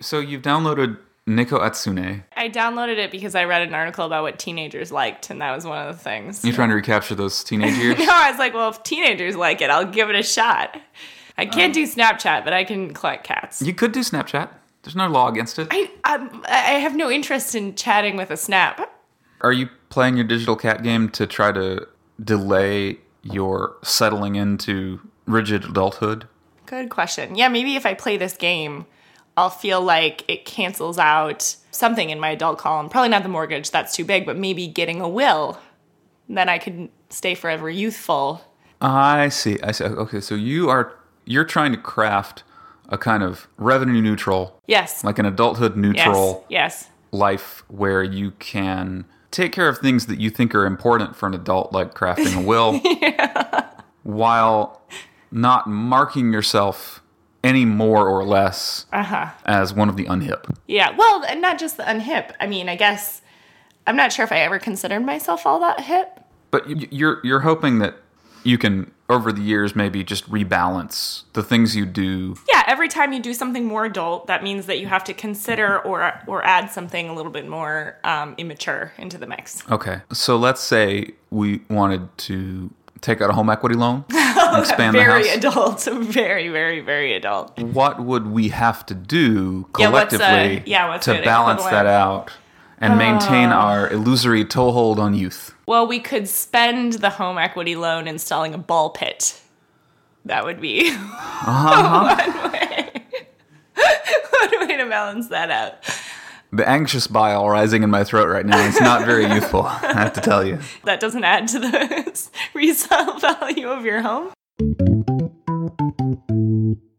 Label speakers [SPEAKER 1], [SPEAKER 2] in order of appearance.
[SPEAKER 1] So you've downloaded Nico Atsune.
[SPEAKER 2] I downloaded it because I read an article about what teenagers liked, and that was one of the things.
[SPEAKER 1] You're trying to recapture those teenage years.
[SPEAKER 2] no, I was like, well, if teenagers like it, I'll give it a shot. I can't do Snapchat, but I can collect cats.
[SPEAKER 1] Um, You could do Snapchat. There's no law against it.
[SPEAKER 2] I, um, I have no interest in chatting with a snap.
[SPEAKER 1] Are you playing your digital cat game to try to delay your settling into rigid adulthood?
[SPEAKER 2] Good question. Yeah, maybe if I play this game, I'll feel like it cancels out something in my adult column. Probably not the mortgage, that's too big, but maybe getting a will. Then I could stay forever youthful.
[SPEAKER 1] I see. I see. Okay, so you are you're trying to craft a kind of revenue neutral,
[SPEAKER 2] Yes.
[SPEAKER 1] like an adulthood
[SPEAKER 2] yes.
[SPEAKER 1] neutral
[SPEAKER 2] Yes.
[SPEAKER 1] life where you can take care of things that you think are important for an adult, like crafting a will, while not marking yourself any more or less as one of the unhip.
[SPEAKER 2] Yeah. Well, and not just the unhip. I mean, I guess I'm not sure if I ever considered myself all that hip.
[SPEAKER 1] But y- you're you're hoping that you can over the years maybe just rebalance the things you do.
[SPEAKER 2] Yeah, every time you do something more adult, that means that you have to consider or or add something a little bit more um, immature into the mix.
[SPEAKER 1] Okay, so let's say we wanted to take out a home equity loan, and expand the
[SPEAKER 2] Very
[SPEAKER 1] house.
[SPEAKER 2] adult, very very very adult.
[SPEAKER 1] what would we have to do
[SPEAKER 2] Yeah, what's, uh,
[SPEAKER 1] collectively
[SPEAKER 2] yeah, what's Ah.
[SPEAKER 1] to
[SPEAKER 2] an
[SPEAKER 1] balance that
[SPEAKER 2] equivalent?
[SPEAKER 1] out and maintain our illusory toehold on youth?
[SPEAKER 2] Well, we could spend the home equity loan installing a ball pit. That would be
[SPEAKER 1] Uh-huh.
[SPEAKER 2] one way. one way to balance that out.
[SPEAKER 1] The anxious bile rising in my throat right now is not very youthful, I have to tell you.
[SPEAKER 2] That doesn't add to the resale value of your home.